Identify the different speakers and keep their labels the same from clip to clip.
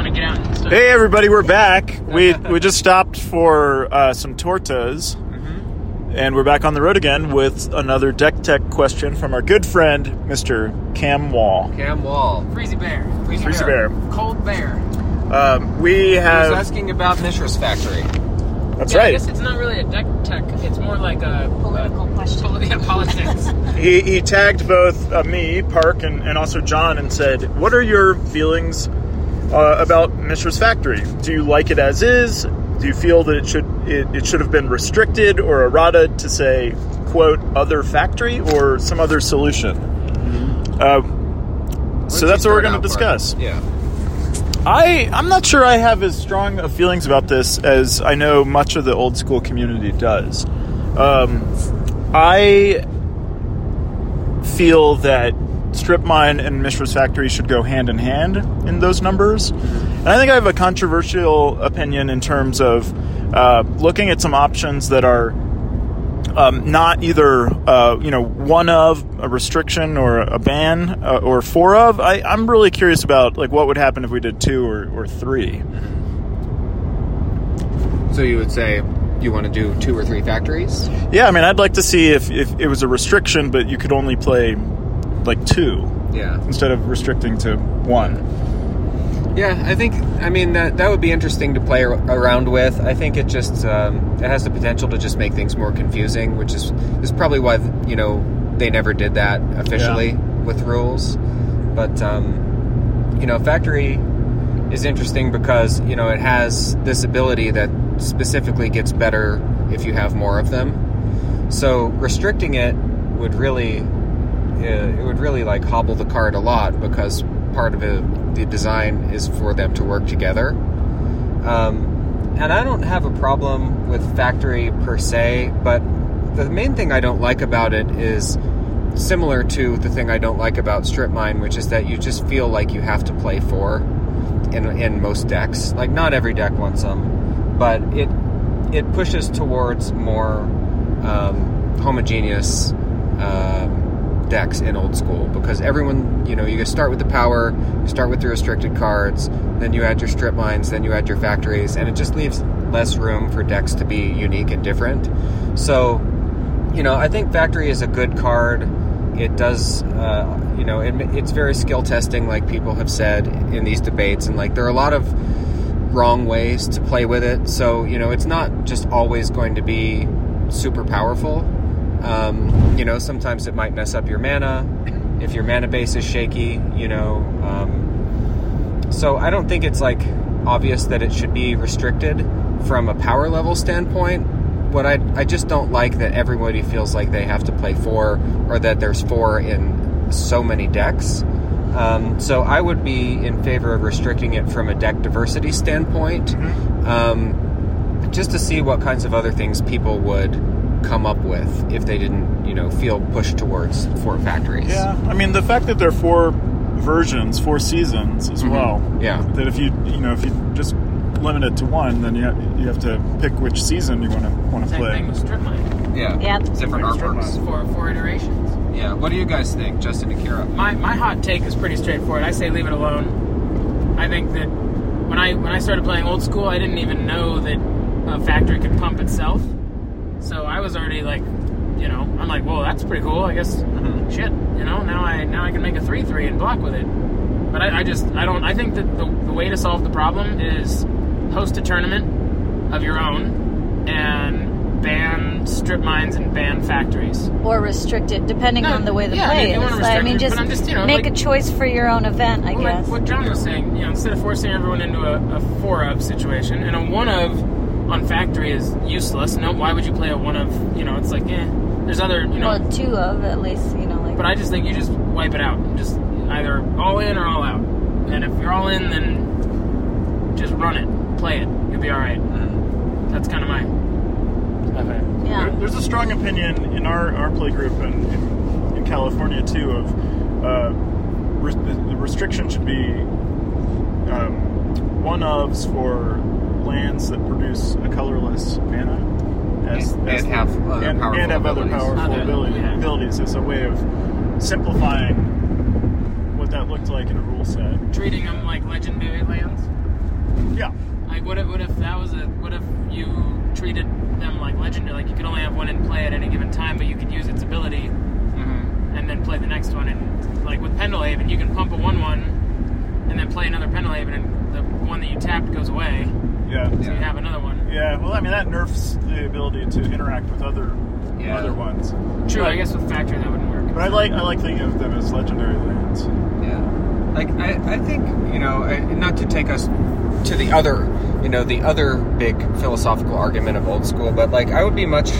Speaker 1: So.
Speaker 2: Hey everybody, we're back. We we just stopped for uh, some tortas, and we're back on the road again with another deck tech question from our good friend Mr. Cam Wall.
Speaker 1: Cam Wall.
Speaker 3: Freezy Bear.
Speaker 1: Freezy,
Speaker 2: Freezy
Speaker 1: Bear.
Speaker 2: Bear.
Speaker 3: Cold Bear.
Speaker 2: Um, we
Speaker 1: I was
Speaker 2: have
Speaker 1: asking about Mishra's factory.
Speaker 2: that's
Speaker 3: Yeah, I
Speaker 2: right.
Speaker 3: guess it's not really a deck tech. It's more like a
Speaker 4: Political question.
Speaker 3: Poli- yeah, politics.
Speaker 2: He he tagged both uh, me, Park, and, and also John, and said, "What are your feelings uh, about Mishra's Factory? Do you like it as is? Do you feel that it should it, it should have been restricted or errata to say quote other factory or some other solution?" Uh,
Speaker 1: Mm-hmm. Why
Speaker 2: so that's
Speaker 1: don't you
Speaker 2: what we're going
Speaker 1: start
Speaker 2: to
Speaker 1: out,
Speaker 2: discuss.
Speaker 1: Mark? Yeah.
Speaker 2: I I'm not sure I have as strong of feelings about this as I know much of the old school community does. Um, I feel that strip mine and Mishra's factory should go hand in hand in those numbers, and I think I have a controversial opinion in terms of uh, looking at some options that are um, not either uh, you know one of a restriction or a ban uh, or four of. I, I'm really curious about like what would happen if we did two or, or three.
Speaker 1: So you would say you want to do two or three factories?
Speaker 2: Yeah, I mean I'd like to see if, if it was a restriction, but you could only play like two
Speaker 1: Yeah.
Speaker 2: instead of restricting to one.
Speaker 1: Yeah, I think I mean that that would be interesting to play ar- around with. I think it just um, it has the potential to just make things more confusing, which is is probably why you know they never did that officially with rules. But um, you know, factory is interesting because you know it has this ability that specifically gets better if you have more of them. So restricting it would really it, it would really like hobble the card a lot because part of it, the design is for them to work together. Um, and I don't have a problem with factory per se, but the main thing I don't like about it is similar to the thing I don't like about strip mine, which is that you just feel like you have to play four in in most decks. Like not every deck wants them, but it it pushes towards more um, homogeneous um, decks in old school because everyone, you know, you start with the power, you start with the restricted cards, then you add your strip mines, then you add your factories, and it just leaves less room for decks to be unique and different. So, you know, I think factory is a good card. It does, uh, you know, it, it's very skill testing, like people have said in these debates, and like there are a lot of wrong ways to play with it. So, you know, it's not just always going to be super powerful. Um, you know, sometimes it might mess up your mana if your mana base is shaky, you know. Um, so, I don't think it's like obvious that it should be restricted from a power level standpoint. What I, I just don't like that everybody feels like they have to play four or that there's four in so many decks. Um, so I would be in favor of restricting it from a deck diversity standpoint, Mm-hmm. um, just to see what kinds of other things people would come up with if they didn't, you know, feel pushed towards four factories.
Speaker 2: I mean the fact that there are four versions, four seasons as
Speaker 1: Mhm.
Speaker 2: well.
Speaker 1: Yeah.
Speaker 2: That if you you know if you just limit it to one, then you have, you have to pick which season you want to want to
Speaker 3: Same
Speaker 2: play.
Speaker 3: thing with strip mine.
Speaker 1: Yeah.
Speaker 4: Yep.
Speaker 1: Different artworks.
Speaker 3: For four iterations.
Speaker 1: Yeah. What do you guys think, Justin and Kira?
Speaker 3: My my hot take is pretty straightforward. I say leave it alone. I think that when I when I started playing old school, I didn't even know that a factory could pump itself. So I was already like, you know, I'm like, whoa, that's pretty cool. I guess shit, you know, now I now I can make a three three and block with it. But I, I just I don't I think that the, the way to solve the problem is host a tournament of your own and ban strip mines and ban factories.
Speaker 4: or restrict it depending
Speaker 3: No,
Speaker 4: on the way the
Speaker 3: yeah, I
Speaker 4: play
Speaker 3: mean, you
Speaker 4: is.
Speaker 3: wanna
Speaker 4: I
Speaker 3: restrict
Speaker 4: mean,
Speaker 3: it, but
Speaker 4: just,
Speaker 3: I'm just, you know,
Speaker 4: make
Speaker 3: like-
Speaker 4: a choice for your own event, I
Speaker 3: Well,
Speaker 4: guess.
Speaker 3: Like what John was saying, you know, instead of forcing everyone into a, a four of situation, and a one of on factory is useless. No, why would you play a one of? You know, it's like eh. There's other, you know.
Speaker 4: well, two of at least, you know, like.
Speaker 3: But I just think you just wipe it out. Just either all in or all out. And if you're all in, then just run it, play it. You'll be all right. That's kind of my. Okay.
Speaker 2: There-
Speaker 4: yeah.
Speaker 2: There's a strong opinion in our, our play group and in, in California too of uh, re- the the restriction should be um, one ofs for lands that produce a colorless mana.
Speaker 1: And- and have other
Speaker 2: and,
Speaker 1: powerful
Speaker 2: and have other
Speaker 1: abilities.
Speaker 2: powerful
Speaker 3: Other-
Speaker 2: abili-
Speaker 3: yeah.
Speaker 2: abilities as a way of simplifying what that looked like in a rule set.
Speaker 3: Treating them like legendary lands.
Speaker 2: Yeah,
Speaker 3: treated them like legendary. Like you could only have one in play at any given time, but you could use its ability
Speaker 1: Mm-hmm.
Speaker 3: and then play the next one. And like with Pendlehaven, you can pump a one-one and then play another Pendlehaven, and the one that you tapped goes away,
Speaker 2: Yeah.
Speaker 3: so you have another one.
Speaker 2: Yeah, well, I mean that nerfs the ability to interact with other
Speaker 1: Yeah.
Speaker 2: other ones.
Speaker 3: True,
Speaker 2: But-
Speaker 3: I guess with Factory that wouldn't work.
Speaker 2: But I like I like thinking of them as legendary lands.
Speaker 1: Yeah. Like I, I think you know, I, not to take us to the other, you know, the other big philosophical argument of old school, but like I would be much,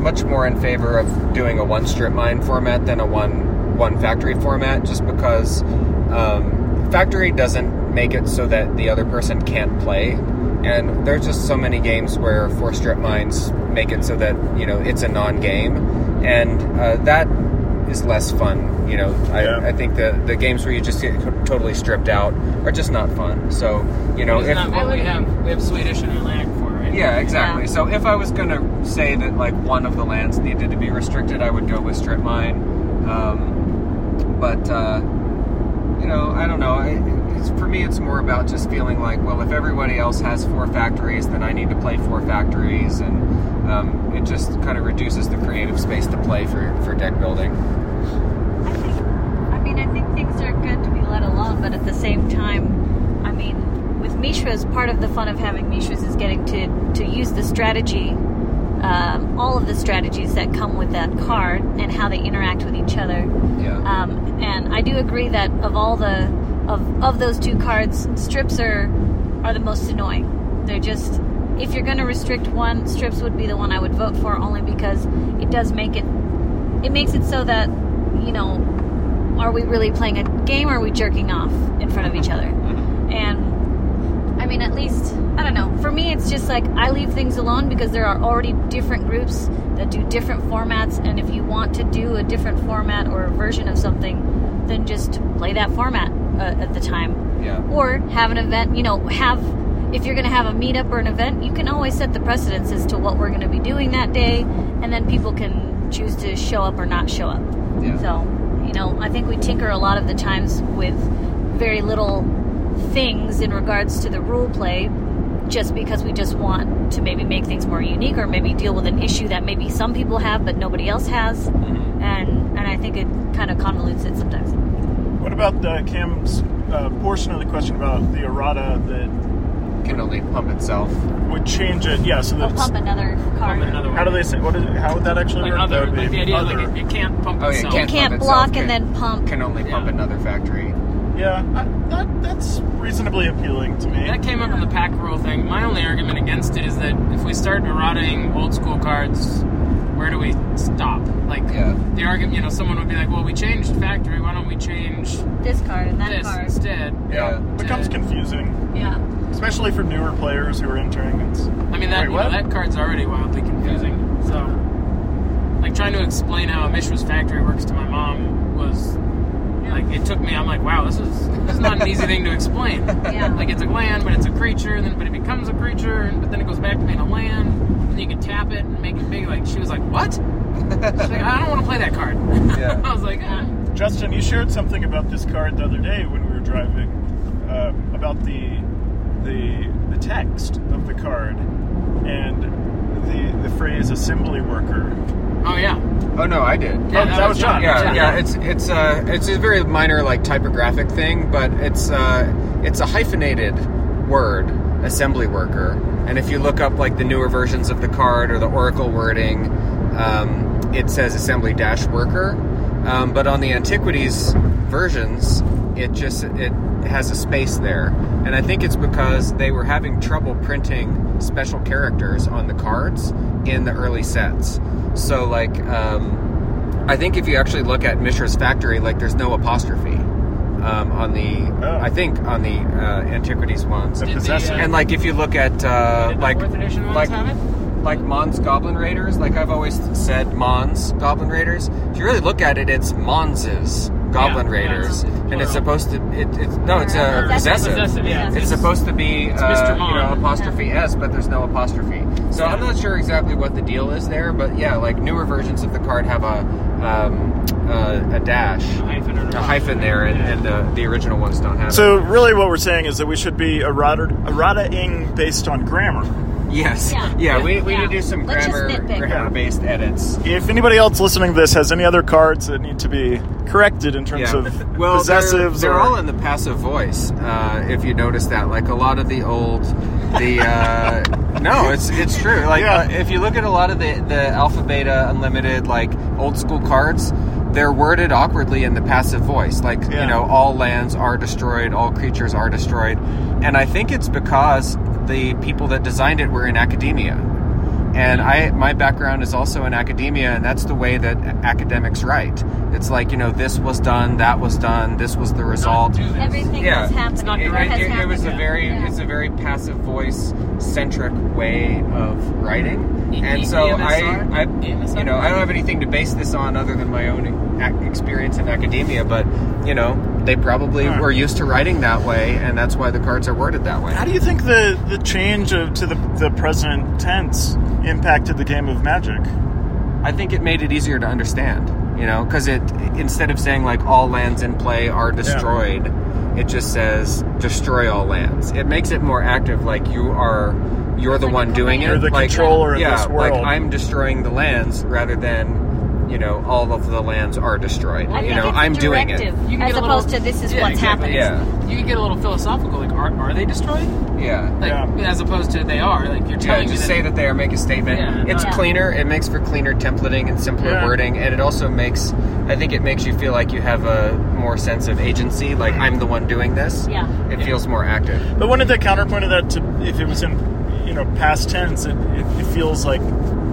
Speaker 1: much more in favor of doing a one strip mine format than a one one factory format, just because um, factory doesn't make it so that the other person can't play. And there's just so many games where four strip mines make it so that you know it's a non-game, and uh, that is less fun. You know, I,
Speaker 2: Yeah.
Speaker 1: I think the the games where you just get co- totally stripped out are just not fun. So you know,
Speaker 3: It's
Speaker 1: if,
Speaker 3: not
Speaker 4: I
Speaker 3: what we
Speaker 4: would-
Speaker 3: have. We have Swedish and Atlantic for right?
Speaker 1: yeah, exactly.
Speaker 4: Yeah.
Speaker 1: So if I was gonna say that like one of the lands needed to be restricted, I would go with strip mine. Um, but uh, you know, I don't know. I, it's, for me, it's more about just feeling like, well, if everybody else has four factories, then I need to play four factories, and um, it just kind of reduces the creative space to play for for deck building.
Speaker 4: I think, I mean, I think things are good to be let alone, but at the same time, I mean, with Mishras, part of the fun of having Mishras is getting to, to use the strategy, um, all of the strategies that come with that card and how they interact with each other.
Speaker 1: Yeah.
Speaker 3: Uh,
Speaker 4: Um, and I do agree that of all the of of those two cards, strips are are the most annoying. They're just if you're going to restrict one, strips would be the one I would vote for only because it does make it it makes it so that you know are we really playing a game or are we jerking off in front of each other? And I mean, at least I don't know. For me, it's just like I leave things alone because there are already different groups that do different formats, and if you want to do a different format or a version of something, then just play that format uh, at the time
Speaker 1: yeah.
Speaker 4: or have an event you know have if you're going to have a meetup or an event you can always set the precedence as to what we're going to be doing that day and then people can choose to show up or not show up
Speaker 1: Yeah.
Speaker 4: so you know i think we tinker a lot of the times with very little things in regards to the rule play just because we just want to maybe make things more unique or maybe deal with an issue that maybe some people have but nobody else has
Speaker 3: Mm-hmm.
Speaker 4: and and i think it kind of convolutes it sometimes
Speaker 2: What about the Cam's uh, portion of the question about the errata that
Speaker 1: can only pump itself.
Speaker 2: would change it? Yeah, so
Speaker 4: I'll
Speaker 2: that's
Speaker 4: pump another card
Speaker 3: Pump another one.
Speaker 2: how do they say what is it, how would that actually
Speaker 3: like
Speaker 2: work?
Speaker 3: other,
Speaker 2: That would
Speaker 3: like
Speaker 2: be
Speaker 3: the idea
Speaker 2: other.
Speaker 3: like it, it can't pump
Speaker 1: Oh, yeah, it
Speaker 3: itself.
Speaker 1: can't
Speaker 4: can't
Speaker 1: pump itself,
Speaker 4: block and
Speaker 1: can-
Speaker 4: then pump
Speaker 1: Can only pump
Speaker 3: Yeah.
Speaker 1: another factory.
Speaker 2: yeah, I, that, that's reasonably appealing to me.
Speaker 3: That came up in the pack rule thing. My only argument against it is that if we start marauding old school cards, where do we stop? Like
Speaker 1: Yeah.
Speaker 3: the argument, you know, someone would be like, "Well, we changed factory. Why don't we change
Speaker 4: this card and that
Speaker 3: this
Speaker 4: card.
Speaker 3: instead?"
Speaker 1: Yeah.
Speaker 2: becomes confusing,
Speaker 4: Yeah.
Speaker 2: especially for newer players who are entering. It's
Speaker 3: I mean, that
Speaker 2: Wait,
Speaker 3: you
Speaker 2: what?
Speaker 3: know, that card's already wildly confusing. So, like trying to explain how a Mishra's factory works to my mom was like it took me. I'm like, wow, this is this is not an easy thing to explain.
Speaker 4: Yeah.
Speaker 3: Like it's a land, but it's a creature, and then but it becomes a creature, and but then it goes back to being a land. And you can tap it and make it big. Like she was like, what? She's like, I don't want to play that card.
Speaker 1: Yeah.
Speaker 3: I was like, eh.
Speaker 2: Justin, you shared something about this card the other day when we were driving uh, about the the the text of the card and the the phrase "assembly worker."
Speaker 3: oh yeah,
Speaker 1: Oh no, I did.
Speaker 3: Yeah,
Speaker 2: Oh, that was John.
Speaker 1: Yeah, yeah. It's it's a it's a very minor like typographic thing, but it's uh it's a hyphenated word, assembly worker. And if you look up like the newer versions of the card or the Oracle wording, um, it says assembly dash worker. Um, but on the antiquities versions, it just it has a space there, and I think it's because they were having trouble printing special characters on the cards in the early sets. So like. Um, I think if you actually look at Mishra's factory, like there's no apostrophe um, on the.
Speaker 2: Oh.
Speaker 1: I think on the uh, antiquities ones.
Speaker 2: The
Speaker 3: Did the,
Speaker 2: possessor.
Speaker 3: uh,
Speaker 1: And like if you look at uh,
Speaker 3: Did the
Speaker 1: like
Speaker 3: fourth edition ones
Speaker 1: like
Speaker 3: have it?
Speaker 1: like Mons Goblin Raiders, like I've always said Mons Goblin Raiders. If you really look at it, it's Mons' Goblin
Speaker 3: Yeah, yeah,
Speaker 1: Raiders,
Speaker 3: it's
Speaker 1: and it's
Speaker 3: plural.
Speaker 1: supposed to. It, it's no, it's a
Speaker 4: Plural.
Speaker 1: possessive.
Speaker 3: Possessive, yeah.
Speaker 1: It's supposed to be uh,
Speaker 3: Mr.
Speaker 1: you know
Speaker 3: Mon.
Speaker 1: apostrophe s, but there's no apostrophe. So I'm
Speaker 3: Yeah.
Speaker 1: not sure exactly what the deal is there, but yeah, like newer versions of the card have a um, uh, a dash,
Speaker 3: a hyphen or
Speaker 1: a hyphen there, and,
Speaker 3: Yeah.
Speaker 1: and the, the original ones don't have.
Speaker 2: So really, what we're saying is that we should be errata errata-ing based on grammar.
Speaker 1: Yes.
Speaker 4: Yeah.
Speaker 1: Yeah, we, we
Speaker 4: Yeah.
Speaker 1: need to do some
Speaker 4: Let's just
Speaker 1: grammar
Speaker 4: nitpick.
Speaker 1: grammar based edits.
Speaker 2: If anybody else listening to this has any other cards that need to be corrected in terms
Speaker 1: Yeah.
Speaker 2: of
Speaker 1: well,
Speaker 2: possessives
Speaker 1: they're, they're
Speaker 2: or
Speaker 1: all in the passive voice. Uh, if you notice that, like a lot of the old, the uh, no, it's it's true. Like
Speaker 2: Yeah.
Speaker 1: uh, if you look at a lot of the the Alpha Beta Unlimited like old school cards. They're worded awkwardly in the passive voice, like
Speaker 2: Yeah.
Speaker 1: you know, all lands are destroyed, all creatures are destroyed, and I think it's because the people that designed it were in academia and I my background is also in academia, and that's the way that academics write. It's like you know, this was done, that was done, this was the result.
Speaker 3: do this.
Speaker 4: Everything
Speaker 1: Yeah.
Speaker 4: that's happening.
Speaker 3: not
Speaker 1: It,
Speaker 4: or has
Speaker 1: it- it
Speaker 4: happened.
Speaker 1: was a very
Speaker 4: Yeah.
Speaker 1: it's a very passive voice centric way of writing,
Speaker 3: E-
Speaker 1: and
Speaker 3: E-
Speaker 1: so
Speaker 3: EMSR?
Speaker 1: I, I
Speaker 3: EMSR?
Speaker 1: you know I don't have anything to base this on other than my own ac- experience in academia, but you know. They probably
Speaker 2: Hmm.
Speaker 1: were used to writing that way, and that's why the cards are worded that way.
Speaker 2: How do you think the, the change of, to the, the present tense impacted the game of Magic?
Speaker 1: I think it made it easier to understand, you know, because it instead of saying like all lands in play are destroyed, it just says destroy all lands. It makes it more active, like you are, you're the
Speaker 4: Like a
Speaker 1: one doing it.
Speaker 4: command.
Speaker 2: You're the
Speaker 1: like,
Speaker 2: controller of
Speaker 1: yeah,
Speaker 2: this world.
Speaker 1: Like I'm destroying the lands rather than, you know, all of the lands are destroyed.
Speaker 4: I
Speaker 1: you
Speaker 4: think
Speaker 1: know,
Speaker 4: it's a
Speaker 1: I'm doing it.
Speaker 4: directive,
Speaker 3: You can
Speaker 4: as
Speaker 3: get a
Speaker 4: opposed
Speaker 3: little-
Speaker 4: to this is
Speaker 3: Yeah,
Speaker 4: what's
Speaker 3: exactly.
Speaker 4: happening.
Speaker 1: Yeah,
Speaker 3: You can get a little philosophical, like are, are they destroyed?
Speaker 1: yeah.
Speaker 3: Like
Speaker 2: Yeah.
Speaker 3: as opposed to they are. Like you're
Speaker 1: Yeah,
Speaker 3: telling me
Speaker 1: just
Speaker 3: that
Speaker 1: say that they are. Make a statement.
Speaker 3: Yeah,
Speaker 1: it's
Speaker 4: Oh, yeah.
Speaker 1: cleaner. It makes for cleaner templating and simpler
Speaker 2: Yeah.
Speaker 1: wording, and it also makes. I think it makes you feel like you have a more sense of agency. Like I'm the one doing this.
Speaker 4: Yeah.
Speaker 1: It feels more active.
Speaker 2: But wouldn't the counterpoint of that to if it was in you know past tense, it, it, it feels like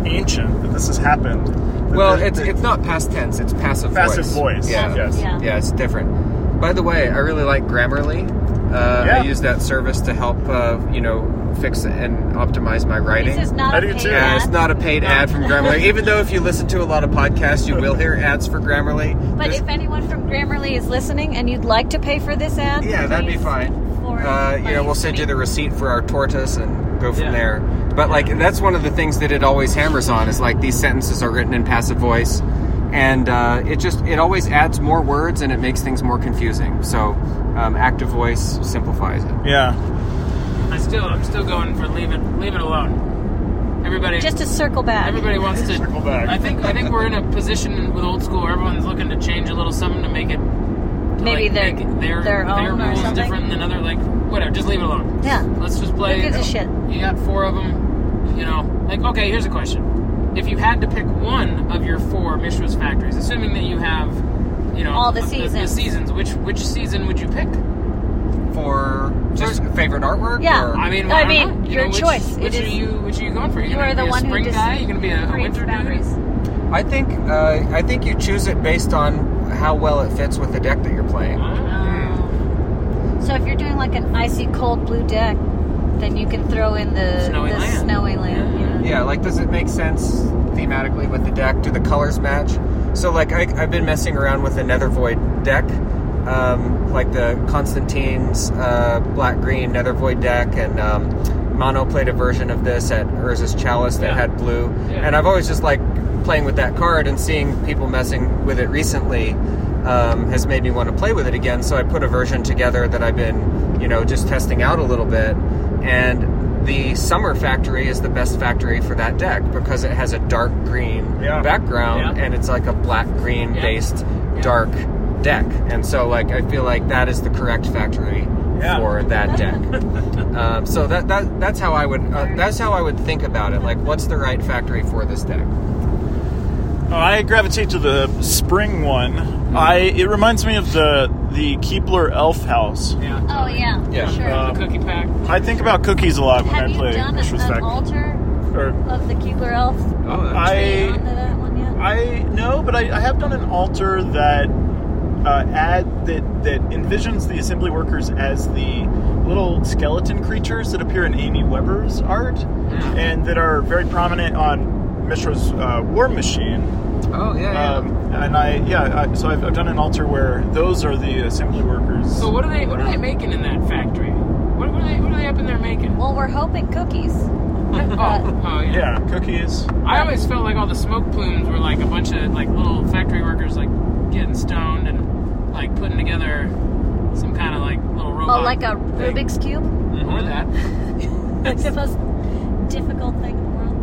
Speaker 2: ancient that this has happened. That
Speaker 1: Well,
Speaker 2: the-
Speaker 1: it's
Speaker 2: the-
Speaker 1: it's not past tense. It's passive.
Speaker 2: Passive
Speaker 1: voice.
Speaker 2: voice,
Speaker 1: Yeah.
Speaker 2: yes.
Speaker 4: Yeah.
Speaker 1: Yeah, it's different. By the way, I really like Grammarly. Uh,
Speaker 2: Yeah.
Speaker 1: I use that service to help uh, you know fix and optimize my writing.
Speaker 4: This is not
Speaker 2: I
Speaker 4: a
Speaker 2: do
Speaker 4: paid
Speaker 2: too.
Speaker 1: Yeah,
Speaker 4: ad.
Speaker 1: it's not a paid ad from Grammarly. Even though if you listen to a lot of podcasts, you will hear ads for Grammarly.
Speaker 4: But
Speaker 1: This-
Speaker 4: if anyone from Grammarly is listening and you'd like to pay for this ad,
Speaker 1: Yeah, that'd be
Speaker 4: please
Speaker 1: fine.
Speaker 4: forward
Speaker 1: Uh,
Speaker 4: my
Speaker 1: you know, we'll send you the
Speaker 4: money.
Speaker 1: receipt for our tortoise and go from
Speaker 3: Yeah.
Speaker 1: there. But like, that's one of the things that it always hammers on is like these sentences are written in passive voice, and uh, it just it always adds more words and it makes things more confusing. So um, active voice simplifies it.
Speaker 2: yeah,
Speaker 3: I still I'm still going for leave it leave it alone. Everybody
Speaker 4: Just to circle back.
Speaker 3: everybody wants to
Speaker 2: Circle back.
Speaker 3: I think I think we're in a position with old school where everyone's looking to change a little something to make it to,
Speaker 4: Maybe
Speaker 3: like,
Speaker 4: their-
Speaker 3: make their
Speaker 4: their own or
Speaker 3: rules
Speaker 4: something.
Speaker 3: different than other like whatever, just leave it alone.
Speaker 4: Yeah.
Speaker 3: Let's just play.
Speaker 4: Who gives a shit?
Speaker 3: You got four of them. You know, like okay, here's a question: If you had to pick one of your four Mishra's factories, assuming that you have, you know,
Speaker 4: All the
Speaker 3: the
Speaker 4: seasons.
Speaker 3: seasons, which which season would you pick?
Speaker 1: For just favorite artwork.
Speaker 4: Yeah.
Speaker 1: Or,
Speaker 3: I mean,
Speaker 4: I
Speaker 3: don't
Speaker 4: mean,
Speaker 3: know. You
Speaker 4: your
Speaker 3: know, which-
Speaker 4: choice. It
Speaker 3: Which are
Speaker 4: is-
Speaker 3: you? Which are you going for?
Speaker 4: You
Speaker 3: gonna be
Speaker 4: are the
Speaker 3: a
Speaker 4: one who
Speaker 3: spring
Speaker 4: just
Speaker 3: guy. You're gonna be a, a
Speaker 4: creates
Speaker 3: winter dude?
Speaker 4: boundaries.
Speaker 1: I think uh, I think you choose it based on how well it fits with the deck that you're playing.
Speaker 3: Oh.
Speaker 4: Um, so if you're doing like an icy cold blue deck, then you can throw in the
Speaker 3: Snowy
Speaker 4: the
Speaker 3: land.
Speaker 4: snowy land.
Speaker 3: Yeah.
Speaker 4: Yeah.
Speaker 1: Yeah, like does it make sense thematically with the deck? Do the colors match? So like I, I've been messing around with the Nether Void deck, um, like the Constantine's uh, Black Green Nether Void deck, and um, Mono played a version of this at Urza's Chalice that
Speaker 3: Yeah.
Speaker 1: had blue,
Speaker 3: Yeah.
Speaker 1: and I've always just like playing with that card and seeing people messing with it recently. Um, has made me want to play with it again, so I put a version together that I've been, you know, just testing out a little bit. And the summer factory is the best factory for that deck because it has a dark green
Speaker 2: Yeah.
Speaker 1: background
Speaker 3: Yeah.
Speaker 1: and it's like a black green
Speaker 3: Yeah.
Speaker 1: based
Speaker 3: Yeah.
Speaker 1: dark deck and so like i feel like that is the correct factory
Speaker 2: Yeah.
Speaker 1: for that deck um, so that, that that's how i would uh, that's how i would think about it like what's the right factory for this deck
Speaker 2: Oh, I gravitate to the spring
Speaker 1: Mm-hmm.
Speaker 2: one. I it reminds me of the the Keebler Elf House.
Speaker 3: Yeah.
Speaker 4: Oh yeah.
Speaker 1: Yeah.
Speaker 4: Sure.
Speaker 2: Uh,
Speaker 3: The cookie pack.
Speaker 2: I think about cookies a lot when
Speaker 4: Have
Speaker 2: I
Speaker 4: you
Speaker 2: play
Speaker 4: done
Speaker 2: Mishra's
Speaker 4: an, an
Speaker 2: Factory.
Speaker 4: altar
Speaker 2: Or-
Speaker 4: of the Keebler Elf?
Speaker 1: oh
Speaker 2: I-
Speaker 4: Are you onto that one yet?
Speaker 2: I no, but I, I have done an altar that uh, ad that that envisions the assembly workers as the little skeleton creatures that appear in Amy Weber's art, and that are very prominent on Mishra's uh, War Machine.
Speaker 1: oh yeah,
Speaker 3: Uh,
Speaker 2: Um, and I yeah, I, so I've, I've done an altar where those are the assembly workers.
Speaker 3: So what are they? What are they making in that factory? What, what are they? What are they up in there making?
Speaker 4: Well, uh, we're hoping cookies.
Speaker 3: Oh, oh yeah.
Speaker 2: yeah, cookies.
Speaker 3: I always felt like all the smoke plumes were like a bunch of like little factory workers like getting stoned and like putting together some kind of like little robot.
Speaker 4: Oh, like a
Speaker 3: thing.
Speaker 2: mm-hmm.
Speaker 4: Rubik's cube.
Speaker 3: or that.
Speaker 4: It's supposed. difficult thing in the world.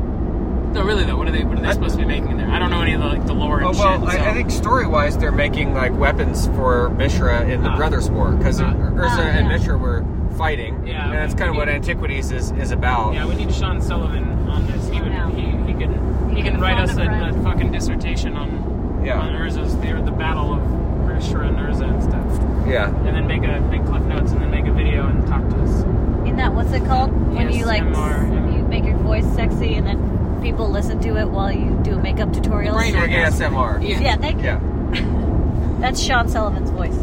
Speaker 3: No, really though. What are they? What are they supposed to be making in there? I don't know any of the like the lore and
Speaker 1: Oh, well,
Speaker 3: shit.
Speaker 1: I,
Speaker 3: so-
Speaker 1: I think story wise, they're making like weapons for Mishra in the
Speaker 3: Ah.
Speaker 1: Brothers' War because
Speaker 3: Ah.
Speaker 1: Urza
Speaker 4: Ah,
Speaker 1: and
Speaker 4: yeah.
Speaker 1: Mishra were fighting,
Speaker 3: Yeah,
Speaker 1: and
Speaker 3: we-
Speaker 1: that's kind of
Speaker 3: we-
Speaker 1: what Antiquities is, is about.
Speaker 3: Yeah, we need Sean Sullivan on this. He
Speaker 4: I
Speaker 3: would,
Speaker 4: know.
Speaker 3: he, he could he,
Speaker 4: He
Speaker 3: can
Speaker 4: could
Speaker 3: write
Speaker 4: fund
Speaker 3: us
Speaker 4: a
Speaker 3: a,
Speaker 4: friend.
Speaker 3: a fucking dissertation on
Speaker 1: Yeah.
Speaker 3: on Urza's the, the battle of Urshra and Urza and stuff,
Speaker 1: yeah.
Speaker 3: and then make a make cliff notes and then make a video and talk to us.
Speaker 4: In that, what's it called? When
Speaker 3: Yes,
Speaker 4: you like,
Speaker 3: MR, yeah.
Speaker 4: you make your voice sexy and then people listen to it while you do makeup tutorials.
Speaker 3: Brain
Speaker 1: Or ASMR.
Speaker 4: Yeah, thank you.
Speaker 1: Yeah.
Speaker 4: That's Sean Sullivan's voice.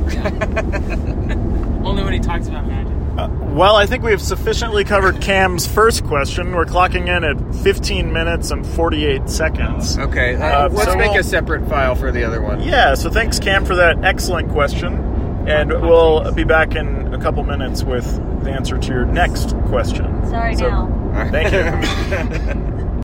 Speaker 3: Only when he talks about magic.
Speaker 2: Uh, well, I think we have sufficiently covered Cam's first question. We're clocking in at 15 minutes and 48 seconds.
Speaker 1: Okay.
Speaker 2: Uh,
Speaker 1: let's
Speaker 2: so
Speaker 1: make
Speaker 2: we'll-
Speaker 1: a separate file for the other one.
Speaker 2: Yeah, so thanks, Cam, for that excellent question. And we'll be back in a couple minutes with the answer to your next question.
Speaker 4: Sorry,
Speaker 2: So-
Speaker 4: now.
Speaker 1: All right.
Speaker 2: Thank you.